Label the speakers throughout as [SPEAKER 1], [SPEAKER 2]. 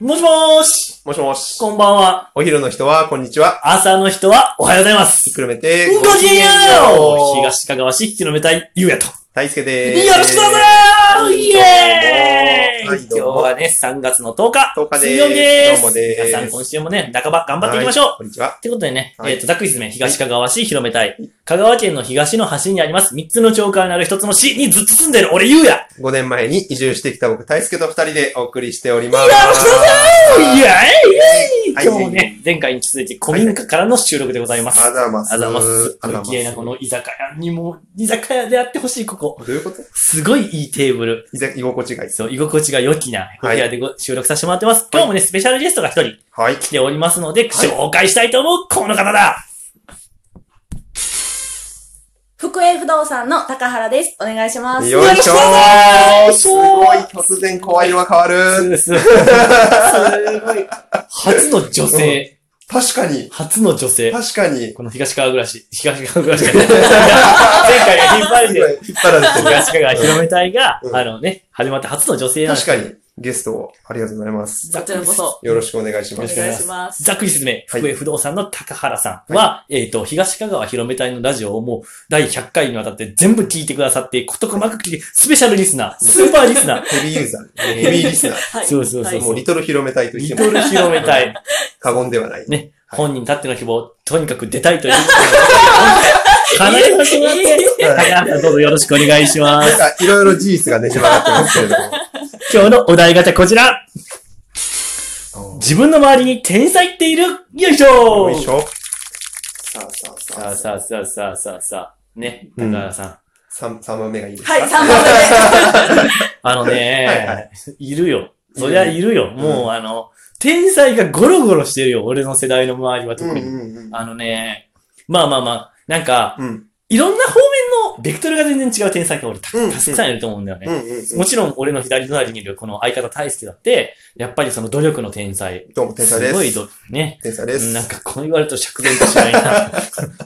[SPEAKER 1] もしもーし
[SPEAKER 2] もしもし。
[SPEAKER 1] こんばんは。
[SPEAKER 2] お昼の人は、こんにちは。
[SPEAKER 1] 朝の人はおはようございます。
[SPEAKER 2] くるめて、
[SPEAKER 1] ごきげんよう
[SPEAKER 2] 東。
[SPEAKER 1] 東かがわ市広めたいゆうやと。
[SPEAKER 2] 大輔です。
[SPEAKER 1] よろしくどうぞーイエ
[SPEAKER 2] は
[SPEAKER 1] ーイ
[SPEAKER 2] い
[SPEAKER 1] 今日
[SPEAKER 2] どうも
[SPEAKER 1] はね、3月の10日。
[SPEAKER 2] 10日です
[SPEAKER 1] 水曜日で
[SPEAKER 2] どうも
[SPEAKER 1] す。
[SPEAKER 2] です
[SPEAKER 1] 皆さん今週もね、半ば頑張っていきましょう
[SPEAKER 2] はいこんにちは。
[SPEAKER 1] ってことでね、
[SPEAKER 2] はい
[SPEAKER 1] えっ、と、ざっくり説明、東かがわ市広めたい。香川県の東の端にあります、3つの町からなる1つの市にずっと住んでる俺ゆうや
[SPEAKER 2] 5年前に移住してきた僕、大輔と二人でお送りしておりま
[SPEAKER 1] よ
[SPEAKER 2] す。
[SPEAKER 1] ろしくどうぞイエーイイエー
[SPEAKER 2] は
[SPEAKER 1] イ
[SPEAKER 2] い
[SPEAKER 1] 今日もね、前回に続いて古民家からの収録でございます。
[SPEAKER 2] あざます。
[SPEAKER 1] あざます。
[SPEAKER 2] あざま
[SPEAKER 1] 綺麗な
[SPEAKER 2] す。
[SPEAKER 1] この居酒屋にも、居酒屋でやってほしい、ここ。
[SPEAKER 2] どういうこと
[SPEAKER 1] すごいいいテーブル。
[SPEAKER 2] 居酒居心地がいい。
[SPEAKER 1] そう、居心地が良きなお部屋でご収録させてもらってます。今日もね、スペシャルゲストが一人
[SPEAKER 2] はい。
[SPEAKER 1] 来ておりますので、
[SPEAKER 2] はい
[SPEAKER 1] 紹介したいと思う、この方だ
[SPEAKER 3] 福栄不動産の高原です。お願いします。
[SPEAKER 2] よいしょーすごい突然声色が変わ
[SPEAKER 1] す
[SPEAKER 2] る。
[SPEAKER 1] すすごい。初の女性。
[SPEAKER 2] 確かに。
[SPEAKER 1] 初の女性。
[SPEAKER 2] 確かに。
[SPEAKER 1] この東川暮らし。東川暮らしじゃない 前回が引っ張りで。
[SPEAKER 2] 引っ張られてる。
[SPEAKER 1] 東川広め隊が、
[SPEAKER 2] うん
[SPEAKER 1] あのね、始まって初の女性なんで
[SPEAKER 2] 確
[SPEAKER 1] す。
[SPEAKER 2] かに。ゲストをありがとうございます。
[SPEAKER 3] こちらこそ。
[SPEAKER 2] よろしくお願いし
[SPEAKER 3] お
[SPEAKER 2] ま
[SPEAKER 1] ろ
[SPEAKER 2] す
[SPEAKER 1] しく。
[SPEAKER 3] 願いします。
[SPEAKER 1] ざっくり説明、福
[SPEAKER 2] は
[SPEAKER 1] 江
[SPEAKER 2] い
[SPEAKER 1] 不動産の高原さんは、えっ、と、東香川広め隊のラジオをもう、第100回にわたって全部聞いてくださって、こと細かく聞いて、スペシャルリス ナー、スーパーリスナー。
[SPEAKER 2] ヘビーユーザー。ヘビーリスナー。
[SPEAKER 3] はい。
[SPEAKER 1] そうそうそう
[SPEAKER 3] はい
[SPEAKER 2] もうリトル広めたいと言
[SPEAKER 1] リ
[SPEAKER 2] って
[SPEAKER 1] ト
[SPEAKER 2] も
[SPEAKER 1] ル広め隊、
[SPEAKER 2] 過言ではない。
[SPEAKER 1] ね、
[SPEAKER 2] はい
[SPEAKER 1] 本人たっての希望、とにかく出たいという。 叶えさせてもらって、高
[SPEAKER 2] はい
[SPEAKER 1] 原さんどうぞよろしくお願いしま
[SPEAKER 2] なん
[SPEAKER 1] す。
[SPEAKER 2] か、いろいろ事実がねじ曲がってますけれど
[SPEAKER 1] 今日のお題ガチャこちら
[SPEAKER 2] も。
[SPEAKER 1] 自分の周りに天才っているよいし ょ
[SPEAKER 2] よいしょ。さあさあ
[SPEAKER 1] さ
[SPEAKER 2] さ
[SPEAKER 1] あ
[SPEAKER 2] あ。
[SPEAKER 1] さあさあさあさあさあ。ね、
[SPEAKER 2] う
[SPEAKER 1] 高
[SPEAKER 2] ん
[SPEAKER 1] 原さん。
[SPEAKER 2] 三三番目がいいですか
[SPEAKER 3] はい、3番目。
[SPEAKER 1] あのね、
[SPEAKER 2] はいいは
[SPEAKER 1] るよ。そりゃいるよ。
[SPEAKER 2] ん
[SPEAKER 1] もう、あの、天才がゴロゴロしてるよ。俺の世代の周りは特
[SPEAKER 2] うん
[SPEAKER 1] に。
[SPEAKER 2] うんうん。
[SPEAKER 1] あのね、まあまあまあ、なんか、
[SPEAKER 2] うん。
[SPEAKER 1] いろんな方面のベクトルが全然違う天才が俺た,、
[SPEAKER 2] うん
[SPEAKER 1] たくさんいると思うんだよね。
[SPEAKER 2] うんうんうん
[SPEAKER 1] もちろん俺の左隣にいるこの相方大輔だって、やっぱりその努力の天才。
[SPEAKER 2] どうも、天才ですす。
[SPEAKER 1] ごいど、ね。
[SPEAKER 2] 天才です。
[SPEAKER 1] なんかこう言われると釈然とし ないな。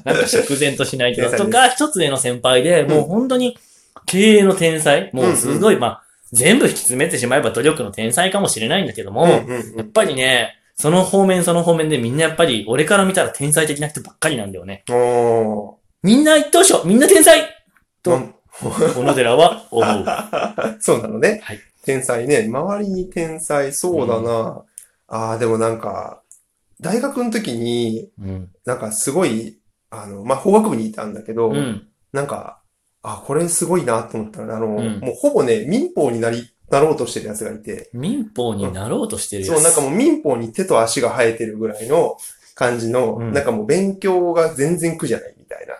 [SPEAKER 1] なんか釈然としないけど。
[SPEAKER 2] 天才
[SPEAKER 1] と
[SPEAKER 2] です
[SPEAKER 1] か、一つ上の先輩で、もう本当に経営の天才。もうすごい、まあ、全部引き詰めてしまえば努力の天才かもしれないんだけども、
[SPEAKER 2] うん
[SPEAKER 1] や
[SPEAKER 2] うんうん
[SPEAKER 1] っぱりね、その方面その方面でみんなやっぱり俺から見たら天才的な人ばっかりなんだよね。
[SPEAKER 2] お
[SPEAKER 1] みんな一等賞みんな天 才
[SPEAKER 2] ー
[SPEAKER 1] と
[SPEAKER 2] なん
[SPEAKER 1] 小野寺は思う。
[SPEAKER 2] そうなのね
[SPEAKER 1] はい。
[SPEAKER 2] 天才ね。周りに天才、そうだな。ああ、でもなんか、大学の時に、
[SPEAKER 1] うん。
[SPEAKER 2] なんかすごい、あの、まあ、法学部にいたんだけど、
[SPEAKER 1] うん。
[SPEAKER 2] なんか、あ、これすごいなと思ったら、あの、
[SPEAKER 1] うん
[SPEAKER 2] もうほぼね、民法になり、なろうとしてるやつがいて、
[SPEAKER 1] 民法になろうとしてるやつ。
[SPEAKER 2] そう、なんかもう民法に手と足が生えてるぐらいの感じの、
[SPEAKER 1] うん
[SPEAKER 2] なんかもう勉強が全然苦じゃないみたいな。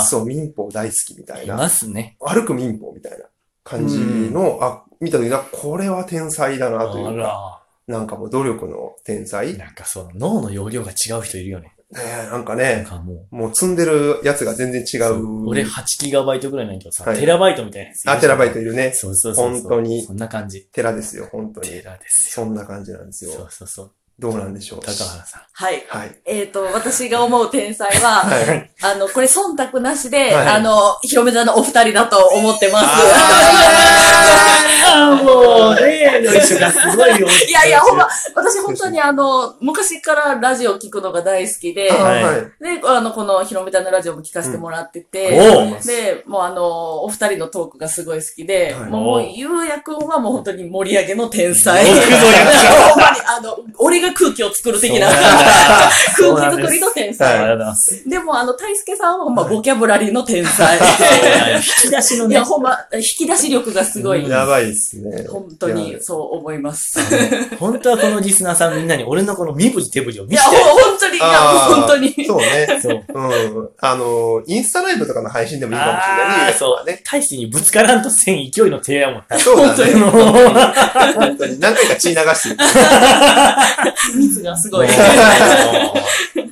[SPEAKER 1] あ
[SPEAKER 2] そう、民法大好きみた
[SPEAKER 1] あ、
[SPEAKER 2] い
[SPEAKER 1] い
[SPEAKER 2] な。
[SPEAKER 1] ますね。
[SPEAKER 2] 歩く民法みたいな感じの、あ、見た時に、あこれは天才だ
[SPEAKER 1] あ
[SPEAKER 2] なというか、
[SPEAKER 1] ら。
[SPEAKER 2] なんかもう努力の天才。ね
[SPEAKER 1] なんかその脳の容量が違う人いるよね。
[SPEAKER 2] えなんか
[SPEAKER 1] なん
[SPEAKER 2] ね、
[SPEAKER 1] かもう。
[SPEAKER 2] もう積んでるやつが全然違
[SPEAKER 1] そう
[SPEAKER 2] う。
[SPEAKER 1] 俺8ギガバイトぐらいなんだけどさ、
[SPEAKER 2] はい
[SPEAKER 1] テラバイトみたいなやつ。
[SPEAKER 2] あ、テラバイトいるね。
[SPEAKER 1] そうそうそうそう。
[SPEAKER 2] 本当に
[SPEAKER 1] そんな感じ。
[SPEAKER 2] テラですよ、本当
[SPEAKER 1] テ
[SPEAKER 2] に。
[SPEAKER 1] ラですよ。
[SPEAKER 2] そんな感じなんですよ
[SPEAKER 1] そ。うそうそう。
[SPEAKER 2] どうなんでしょう。
[SPEAKER 1] 高原さん。
[SPEAKER 3] はい。
[SPEAKER 2] はい。
[SPEAKER 3] えっと、私が思う天才は、
[SPEAKER 2] はい。
[SPEAKER 3] あの、これ忖度なしで、
[SPEAKER 2] はい
[SPEAKER 3] あの、広め座のお二人だと思ってます。
[SPEAKER 1] ああ、もう、例の一緒がすごいよ。
[SPEAKER 3] いやいや、ほんま、私本当にあの、昔からラジオ聞くのが大好きで
[SPEAKER 2] あ、
[SPEAKER 1] はい
[SPEAKER 2] はい。
[SPEAKER 3] で、あの、この広め座のラジオも聞かせてもらってて、
[SPEAKER 1] おう
[SPEAKER 3] で、もうあの、お二人のトークがすごい好きで、
[SPEAKER 2] はい
[SPEAKER 3] もう、もうゆうやくんはもう本当に盛り上げの天才。
[SPEAKER 1] よくぞやっ
[SPEAKER 3] ほんまに、あの、俺が空気を作る的な
[SPEAKER 1] そうそうな
[SPEAKER 3] 空
[SPEAKER 1] んで
[SPEAKER 3] 気
[SPEAKER 1] す
[SPEAKER 3] 作りの天
[SPEAKER 1] あり
[SPEAKER 3] 才。
[SPEAKER 1] がとうございます。
[SPEAKER 3] でも、あの、大輔さんはほんまボキャブラリーの天才。
[SPEAKER 1] 引き出しの
[SPEAKER 3] い
[SPEAKER 1] ね
[SPEAKER 3] や、、ほんま、引き出し力がすごい。
[SPEAKER 2] やばいですね。
[SPEAKER 3] 本当
[SPEAKER 2] いや
[SPEAKER 3] にそう思います。
[SPEAKER 1] 本当はこのリスナーさんみんなに俺のこの身振り手振りを
[SPEAKER 3] い
[SPEAKER 1] 見
[SPEAKER 3] や、
[SPEAKER 1] せ
[SPEAKER 3] ほ
[SPEAKER 1] て。
[SPEAKER 3] 本当に、いや、
[SPEAKER 2] あー
[SPEAKER 3] 本当に。
[SPEAKER 2] そうね。
[SPEAKER 1] そう。
[SPEAKER 2] うん。あの、インスタライブとかの配信でもいいかもしれない
[SPEAKER 1] あ
[SPEAKER 2] ね。
[SPEAKER 1] あ、そう。大してにぶつからんとせん勢いの提案も。
[SPEAKER 2] そうだね。
[SPEAKER 1] もう
[SPEAKER 2] 本当に。何回か血流してる。
[SPEAKER 3] 密がすごい。い
[SPEAKER 2] い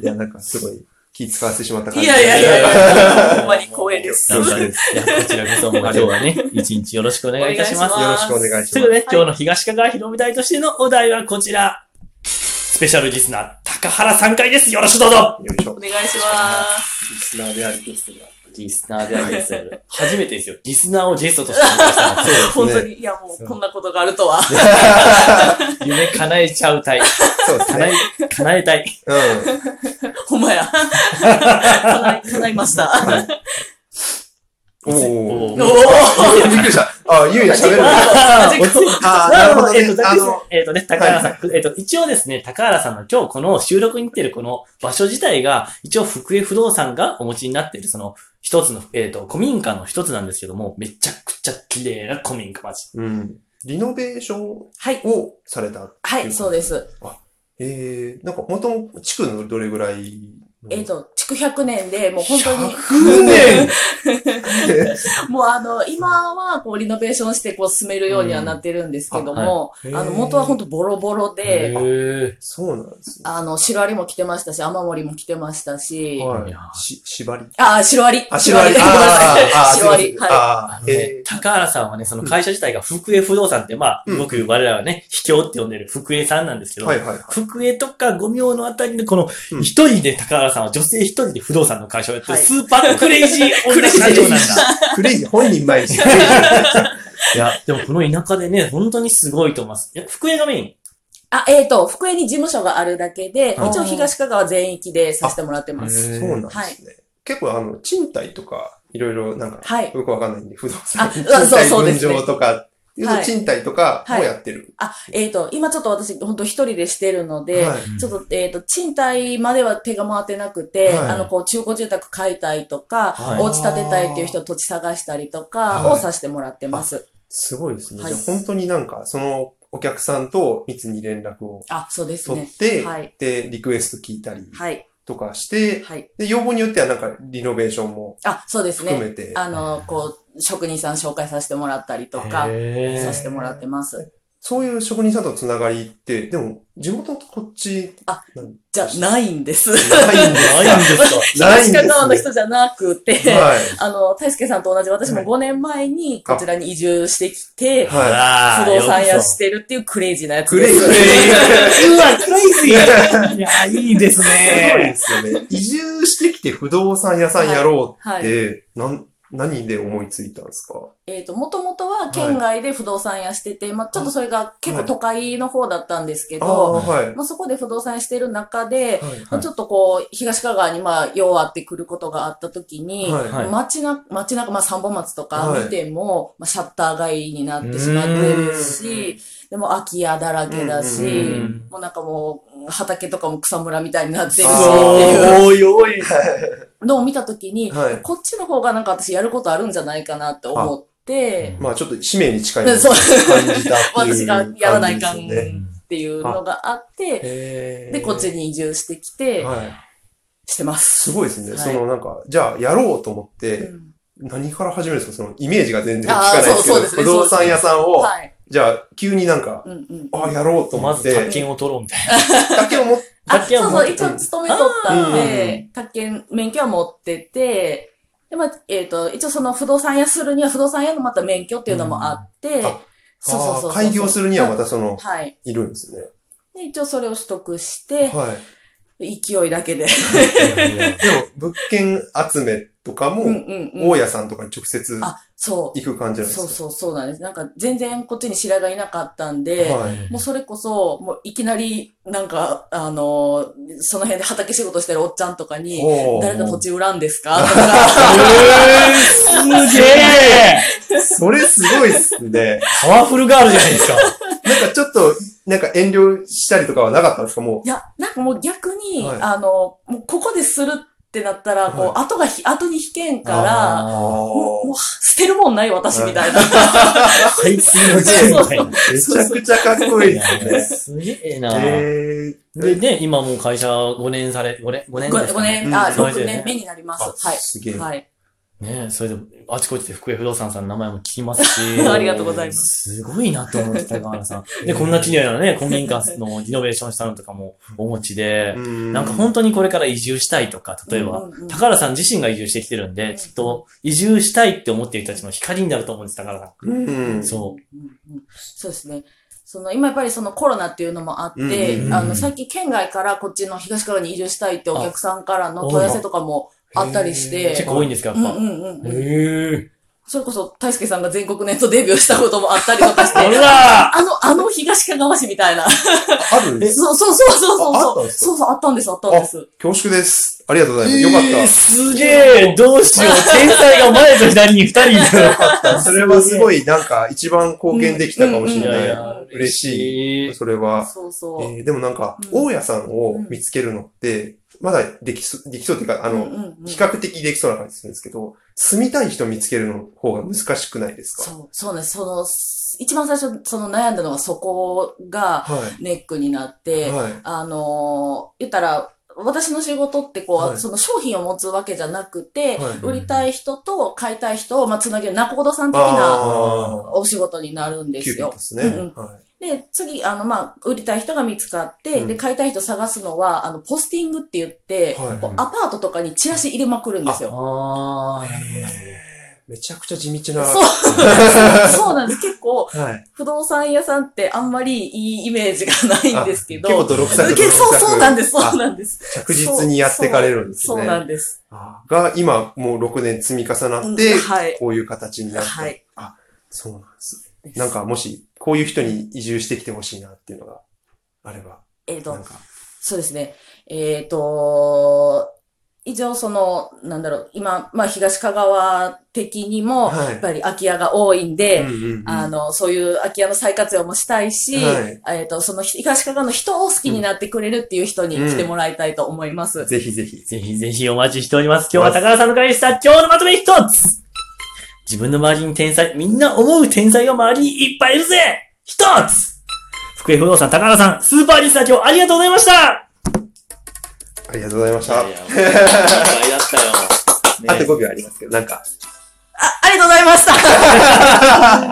[SPEAKER 2] や、なんかすごい気使わせてしまった感
[SPEAKER 3] や
[SPEAKER 2] じ。
[SPEAKER 3] いやいやいや、ほんまに光栄です。
[SPEAKER 1] なんかです。いや、こちらこそもう今日はね、一日よろしくお願いいたします。
[SPEAKER 2] よろしくお願いし
[SPEAKER 1] という
[SPEAKER 2] ま
[SPEAKER 1] こと
[SPEAKER 2] す。
[SPEAKER 1] で、今日の東かが広め隊としてのお題はこちら。スペシャルリスナー、高原さん回です。よろしくどうぞ
[SPEAKER 2] よいしょ
[SPEAKER 3] お。願いします。
[SPEAKER 2] リスナーでありゲストが。
[SPEAKER 1] リスナーでありますよ。初めてですよ。リスナーをゲストとしてお迎えしたのは
[SPEAKER 3] 本当に、いやもう、こんなことがあるとは。
[SPEAKER 1] 夢叶えちゃうたい。
[SPEAKER 2] そうです
[SPEAKER 1] 叶
[SPEAKER 2] ね。
[SPEAKER 1] え、叶えたい。
[SPEAKER 2] うん。
[SPEAKER 3] ほん まや。 叶い、叶いました。
[SPEAKER 2] おお
[SPEAKER 1] お
[SPEAKER 3] お
[SPEAKER 1] ー
[SPEAKER 3] ー
[SPEAKER 2] ー。びっくりした。あ、ゆうや喋る。
[SPEAKER 1] あーおつ
[SPEAKER 2] あー、なるほど
[SPEAKER 1] えっ
[SPEAKER 2] ね
[SPEAKER 1] と、。だ
[SPEAKER 2] あ
[SPEAKER 1] け
[SPEAKER 2] の
[SPEAKER 1] ど、えっとね、高原さん、えっと、一応ですね、高原さんの今日この収録に来てるこの場所自体が、一応福江不動産がお持ちになっている、その、一つの、えっと、古民家の一つなんですけども、めちゃくちゃ綺麗な古民家町。
[SPEAKER 2] うん。リノベーションを
[SPEAKER 3] はい。
[SPEAKER 2] された。
[SPEAKER 3] はい、そうです。
[SPEAKER 2] えー、なんか元々地区のどれぐらいの
[SPEAKER 3] えっ、と、築100年で、もう本当に。
[SPEAKER 2] 100年
[SPEAKER 3] もうあの、今はこうリノベーションしてこう進めるようにはなってるんですけども、
[SPEAKER 2] うんあ
[SPEAKER 3] あ
[SPEAKER 2] はい
[SPEAKER 3] の、元は本当ボロボロ
[SPEAKER 1] へ
[SPEAKER 3] で、
[SPEAKER 1] ー
[SPEAKER 2] そうなんですね。
[SPEAKER 3] あの、シロアリも来てましたし、雨漏りも来てましたし、
[SPEAKER 1] い
[SPEAKER 2] はい。し、縛り。
[SPEAKER 3] あ、シロアリ
[SPEAKER 2] あ、縛り。
[SPEAKER 3] ごめんなさ い
[SPEAKER 2] あーあー、
[SPEAKER 3] シロアリ。
[SPEAKER 2] すいません
[SPEAKER 3] は
[SPEAKER 1] あ
[SPEAKER 2] あ
[SPEAKER 1] の
[SPEAKER 2] ー、
[SPEAKER 1] ね
[SPEAKER 2] え、
[SPEAKER 1] 高原さんはね、その会社自体が福江不動産って、まあ、
[SPEAKER 2] うん
[SPEAKER 1] 僕、我々はね、秘境って呼んでる福江さんなんですけ
[SPEAKER 2] ー
[SPEAKER 1] ど、
[SPEAKER 2] はいはいはい。
[SPEAKER 1] 福江とか五名のあたりで、この
[SPEAKER 2] う、ん
[SPEAKER 1] 一人で高原さんは女性一人で不動産の会社をやってる、
[SPEAKER 3] はい
[SPEAKER 1] スーパークレイジー女社長なんだ。
[SPEAKER 2] クレイジー、本人前にし。
[SPEAKER 1] いや、でもこの田舎でね、本当にすごいと思います。いや、福江がメイン。
[SPEAKER 3] い。あ、えっ、と、福江に事務所があるだけで、
[SPEAKER 2] あー
[SPEAKER 3] 一応東香川全域でさせてもらってます。
[SPEAKER 2] そうなんですね。結構あの、賃貸とか、いろいろなんか、
[SPEAKER 3] はい。
[SPEAKER 2] よくわかんないんで、不動産。
[SPEAKER 3] あ
[SPEAKER 2] 賃
[SPEAKER 3] そう
[SPEAKER 2] 貸
[SPEAKER 3] そうですね
[SPEAKER 2] 分譲とか、いう
[SPEAKER 3] は
[SPEAKER 2] と
[SPEAKER 3] い
[SPEAKER 2] 賃貸とかも
[SPEAKER 3] はい
[SPEAKER 2] やってる。
[SPEAKER 3] あ、えっ、と、今ちょっと私、本当一人でしてるので、
[SPEAKER 2] はい
[SPEAKER 3] ちょっと、えっ、と、賃貸までは手が回ってなくて、
[SPEAKER 2] はい
[SPEAKER 3] あの、こう、中古住宅買いたいとか、
[SPEAKER 1] はい
[SPEAKER 3] お家建てたいっていう人土地探したりとか
[SPEAKER 2] は
[SPEAKER 3] を
[SPEAKER 2] い
[SPEAKER 3] させてもらってます。
[SPEAKER 2] すごいですね。
[SPEAKER 3] はい
[SPEAKER 2] じゃあ本当になんか、そのお客さんと密に連絡を
[SPEAKER 3] あ、そうです
[SPEAKER 2] 取
[SPEAKER 3] ね
[SPEAKER 2] っ。て、
[SPEAKER 3] はい
[SPEAKER 2] で、リクエスト聞いたり
[SPEAKER 3] はい、
[SPEAKER 2] とかして、
[SPEAKER 3] はい。
[SPEAKER 2] で、要望によってはなんかリノベーションも
[SPEAKER 3] あ、そうです
[SPEAKER 2] 含
[SPEAKER 3] ね。
[SPEAKER 2] めて、
[SPEAKER 3] あの、こう、職人さん紹介させてもらったりとか、
[SPEAKER 1] へー
[SPEAKER 3] させてもらってます。
[SPEAKER 2] そういう職人さんとのつながりって、でも、地元とこっち
[SPEAKER 3] じゃないんです。
[SPEAKER 2] ないんですか
[SPEAKER 1] ないんです
[SPEAKER 2] ないんですね
[SPEAKER 3] 東か川の人じゃなくて、
[SPEAKER 2] はい。
[SPEAKER 3] あの、大輔さんと同じ、私も
[SPEAKER 2] はい
[SPEAKER 3] 5年前にこちらに移住してきて、
[SPEAKER 1] か。
[SPEAKER 2] は
[SPEAKER 1] あ
[SPEAKER 3] 不
[SPEAKER 1] ー
[SPEAKER 3] 動産屋し。
[SPEAKER 1] よ
[SPEAKER 3] てるっていうクレイジーなや
[SPEAKER 2] い。
[SPEAKER 3] つ
[SPEAKER 2] ク
[SPEAKER 3] で
[SPEAKER 2] レイ
[SPEAKER 3] す。
[SPEAKER 2] クレイ。うわ、クレイジー
[SPEAKER 1] くぞいやー、いいです
[SPEAKER 2] すごいで
[SPEAKER 1] ね。
[SPEAKER 2] すよね。移住してきて不動産屋さんやろうっ
[SPEAKER 3] はい。
[SPEAKER 2] て、なん、何で思いついたんですか
[SPEAKER 3] えっ、と、もともとは県外で不動産屋してて、まあちょっとそれが結構都会の方だったんですけ
[SPEAKER 2] あ
[SPEAKER 3] ど、
[SPEAKER 2] あー、はい。
[SPEAKER 3] まあそこで不動産屋してる中で、
[SPEAKER 2] はい。
[SPEAKER 3] まあちょっとこう、東香川にまあ、ようあってくることがあった時に、
[SPEAKER 2] はい
[SPEAKER 1] はい
[SPEAKER 3] 街な、街中、まあ、三本松とか
[SPEAKER 2] はい
[SPEAKER 3] 見ても、まあ、シャッター街になってしまってるし、でも空き家だらけだ
[SPEAKER 2] う
[SPEAKER 3] し、
[SPEAKER 2] んうん
[SPEAKER 1] うん
[SPEAKER 3] もうなんかもう、畑とかも草むらみたいになってるし、っていう
[SPEAKER 2] あ
[SPEAKER 1] おいおい。
[SPEAKER 3] のを見た時に、
[SPEAKER 2] はい
[SPEAKER 3] こっちの方がなんか私やることあるんじゃないかなって思って、
[SPEAKER 2] まあちょっと使命に近い
[SPEAKER 3] で
[SPEAKER 2] ものを
[SPEAKER 3] そう
[SPEAKER 2] 感じたってい
[SPEAKER 3] 私
[SPEAKER 2] う
[SPEAKER 3] が
[SPEAKER 2] 感じ
[SPEAKER 3] やらない
[SPEAKER 2] です
[SPEAKER 3] か
[SPEAKER 2] よ
[SPEAKER 3] んっ
[SPEAKER 2] ね。
[SPEAKER 3] ていうのがあって、
[SPEAKER 2] で
[SPEAKER 3] で、こっちに移住してきて、
[SPEAKER 2] はい。
[SPEAKER 3] してます。
[SPEAKER 2] すごいですね。
[SPEAKER 3] はい
[SPEAKER 2] そのなんか、じゃあやろうと思っ
[SPEAKER 3] う
[SPEAKER 2] て、
[SPEAKER 3] ん
[SPEAKER 2] 何から始めるんですかそのイメージが全然つ
[SPEAKER 3] あー
[SPEAKER 2] かないですけ
[SPEAKER 3] そうそう
[SPEAKER 2] ど、
[SPEAKER 3] ですね
[SPEAKER 2] 不動産屋さんを、
[SPEAKER 3] はい。
[SPEAKER 2] じゃあ急になんか、
[SPEAKER 3] うんうん。
[SPEAKER 2] ああ、やろうと思
[SPEAKER 1] ま
[SPEAKER 2] っ
[SPEAKER 1] ず、宅
[SPEAKER 2] て、
[SPEAKER 1] 建を取ろうみたい
[SPEAKER 2] 竹を持って、
[SPEAKER 3] あ、
[SPEAKER 1] 宅建
[SPEAKER 3] そ
[SPEAKER 1] は
[SPEAKER 3] う
[SPEAKER 1] 持っ
[SPEAKER 3] そう、
[SPEAKER 1] て
[SPEAKER 3] 一応勤めとったんで、宅建免許は持ってて、で、まあ、えっ、と、一応その不動産屋するには不動産屋のまた免許っていうのもあって、
[SPEAKER 2] んあ
[SPEAKER 3] そうそうそうそう
[SPEAKER 2] あー開業するにはまたその、
[SPEAKER 3] はい。
[SPEAKER 2] いるんですね。
[SPEAKER 3] で、一応それを取得して、
[SPEAKER 2] はい。
[SPEAKER 3] 勢いだけで。
[SPEAKER 1] な。
[SPEAKER 2] でも、物件集めとか
[SPEAKER 3] うん
[SPEAKER 2] も、
[SPEAKER 3] うんうん。
[SPEAKER 2] 大家さんとかに直接
[SPEAKER 3] あ、そ
[SPEAKER 2] 行く感じ
[SPEAKER 3] う。
[SPEAKER 2] なんです
[SPEAKER 3] そう
[SPEAKER 2] か
[SPEAKER 3] そうそうなんです。なんか全然こっちに知らがいなかったんで、
[SPEAKER 2] はい。
[SPEAKER 3] もうそれこそ、もういきなり、なんか、あのーその辺で畑仕事してるおっちゃんとかに、
[SPEAKER 2] ほう
[SPEAKER 3] 誰か 土地売らんですかと か、
[SPEAKER 1] えー、すげえ
[SPEAKER 2] それすごいっすね。
[SPEAKER 1] パワフルガールじゃないですか。
[SPEAKER 2] なんかちょっと、なんか遠慮したりとかはなかったんですかも
[SPEAKER 3] いや、なんかもう逆に、
[SPEAKER 2] はい
[SPEAKER 3] あの、もうここでするってなったら、こう、後がひ、後に引けんから、
[SPEAKER 2] う。
[SPEAKER 1] あ
[SPEAKER 3] もうもう捨てるもんない私みたいな。
[SPEAKER 1] ー排水の準備み
[SPEAKER 2] めちゃくちゃかっこいいで
[SPEAKER 1] たいな。
[SPEAKER 2] すね。
[SPEAKER 1] すげえな。
[SPEAKER 2] えー、
[SPEAKER 1] で、ね、今もう会社5年され、5年、5年です
[SPEAKER 3] 5
[SPEAKER 1] かね。
[SPEAKER 3] 年、あ、
[SPEAKER 1] うん
[SPEAKER 3] 6年目になりま
[SPEAKER 1] あ
[SPEAKER 3] す。はい。
[SPEAKER 2] すげえ。
[SPEAKER 3] はい。
[SPEAKER 1] ねそれで、あちこちで福江不動産さんの名前も聞きますし。
[SPEAKER 3] ありがとうございます
[SPEAKER 1] すごいなと思って、高原さ ん。で、こんな綺麗なね、古民家のリノベーションしたのとかもお持ちで、な
[SPEAKER 2] な
[SPEAKER 1] んか本当にこれから移住したいとか、例えば
[SPEAKER 3] うんうんうん、
[SPEAKER 1] 高原さん自身が移住してきてるんで、きっと移住したいって思っている人たちの光になると思うんです、高原さ
[SPEAKER 2] うん
[SPEAKER 1] ん。。そ
[SPEAKER 3] うんうんそうですね。その、今やっぱりそのコロナっていうのもあっ
[SPEAKER 2] うんうん
[SPEAKER 1] う
[SPEAKER 3] て、
[SPEAKER 1] ん
[SPEAKER 3] あの、最近県外からこっちの東側に移住したいってお客さんからの問い合わせとかも
[SPEAKER 1] う。
[SPEAKER 3] あったりして。
[SPEAKER 1] 結構多いんですか、や
[SPEAKER 3] う
[SPEAKER 1] っ
[SPEAKER 3] ん
[SPEAKER 1] ぱ。
[SPEAKER 3] うんうんうん。
[SPEAKER 1] へえ。
[SPEAKER 3] それこそ、大輔さんが全国ネットデビューしたこともあったりとかし
[SPEAKER 1] あ
[SPEAKER 3] て。
[SPEAKER 1] ら
[SPEAKER 3] あの、あの東かがわ市みたいな。
[SPEAKER 2] あるんです。
[SPEAKER 3] そうそうそうそう
[SPEAKER 2] ああっ
[SPEAKER 3] そ
[SPEAKER 2] たん
[SPEAKER 3] う。
[SPEAKER 2] ですか
[SPEAKER 3] そうそう、あったんです、あったんです。
[SPEAKER 2] 恐縮です。ありがとうございます。よ
[SPEAKER 1] よ
[SPEAKER 2] か
[SPEAKER 1] か
[SPEAKER 2] っ。
[SPEAKER 1] ったた。すげえ、どうし よう。天才が前と左に二人いる。
[SPEAKER 2] それはすごい、なんか、一番貢献できたかもし
[SPEAKER 1] い
[SPEAKER 2] れ
[SPEAKER 1] やい
[SPEAKER 2] な
[SPEAKER 1] や、
[SPEAKER 2] 嬉
[SPEAKER 1] し
[SPEAKER 2] い。。それは。
[SPEAKER 3] そうそう。
[SPEAKER 2] えーでもなんか、
[SPEAKER 3] うん
[SPEAKER 2] 大家さんを見つけるのって、まだできそう、できそうっていうか、あ
[SPEAKER 3] うん
[SPEAKER 2] の、
[SPEAKER 3] うんうん
[SPEAKER 2] 比較的できそうな感じするんですけど、住みたい人見つけるの方が難しくないですか
[SPEAKER 3] そう、そうなんです。その、す一番最初、その悩んだのはそこが
[SPEAKER 2] はい。
[SPEAKER 3] ネックになって、
[SPEAKER 2] はい。
[SPEAKER 3] あのー言ったら、私の仕事ってこう、
[SPEAKER 2] はい
[SPEAKER 3] その商品を持つわけじゃなくて、
[SPEAKER 2] はい
[SPEAKER 3] 売りたい人と買いたい人を、まあ、つなげる、仲人さん的な
[SPEAKER 2] あ
[SPEAKER 3] お仕事になるん
[SPEAKER 2] あ、
[SPEAKER 3] で
[SPEAKER 2] キュ
[SPEAKER 3] す
[SPEAKER 2] ーピッ
[SPEAKER 3] よ
[SPEAKER 2] ドで。すね。
[SPEAKER 3] うんうん
[SPEAKER 2] はい
[SPEAKER 3] で、次、あの、まあ、売りたい人が見つかって、
[SPEAKER 2] うん
[SPEAKER 3] で、買いたい人探すのは、あの、ポスティングって言って、
[SPEAKER 2] はい
[SPEAKER 3] こうアパートとかにチラシ入れまくるんですよ。
[SPEAKER 1] ああ、
[SPEAKER 2] めちゃくちゃ地道な。
[SPEAKER 3] そう、そうなんです。結構、
[SPEAKER 2] はい。
[SPEAKER 3] 不動産屋さんってあんまりいいイメージがないんですけど。
[SPEAKER 2] 結構泥臭く
[SPEAKER 3] けそう、そうなん
[SPEAKER 2] で
[SPEAKER 3] です、そうなんです。
[SPEAKER 2] 着実にやっていかれるんですね。
[SPEAKER 3] そうなんです。
[SPEAKER 2] あーが、今、もう6年積み重なって
[SPEAKER 3] うん、はい
[SPEAKER 2] こういう形になって、
[SPEAKER 3] はい
[SPEAKER 2] そうなんです。なん、か、もし、こういう人に移住してきてほしいなっていうのがあれば、
[SPEAKER 3] えっ、
[SPEAKER 2] な
[SPEAKER 3] と
[SPEAKER 2] ん、か、
[SPEAKER 3] そうですね。えっ、と、以上、その、なんだろう、今、まあ、東香川的にも、
[SPEAKER 2] はい
[SPEAKER 3] やっぱり空き家が多いんで、
[SPEAKER 2] うんうんうん
[SPEAKER 3] あの、そういう空き家の再活用もしたいし、
[SPEAKER 2] はい
[SPEAKER 3] えっと、その東かがの人を好きになってくれるっていう人に来てもらいたいと思います。
[SPEAKER 2] ぜひぜひ。
[SPEAKER 1] ぜひぜひお待ちしております。今日は高田さんの会でした。今日のまとめ一つ自分の周りに天才、みんな思う天才が周りにいっぱいいるぜ一つ福江不動産高田さん、スーパーリスター今日ありがとうございました
[SPEAKER 2] ありがとうございました。
[SPEAKER 1] いやいだったよ。
[SPEAKER 2] あと5秒ありますけど、なんか、
[SPEAKER 3] あありがとうございました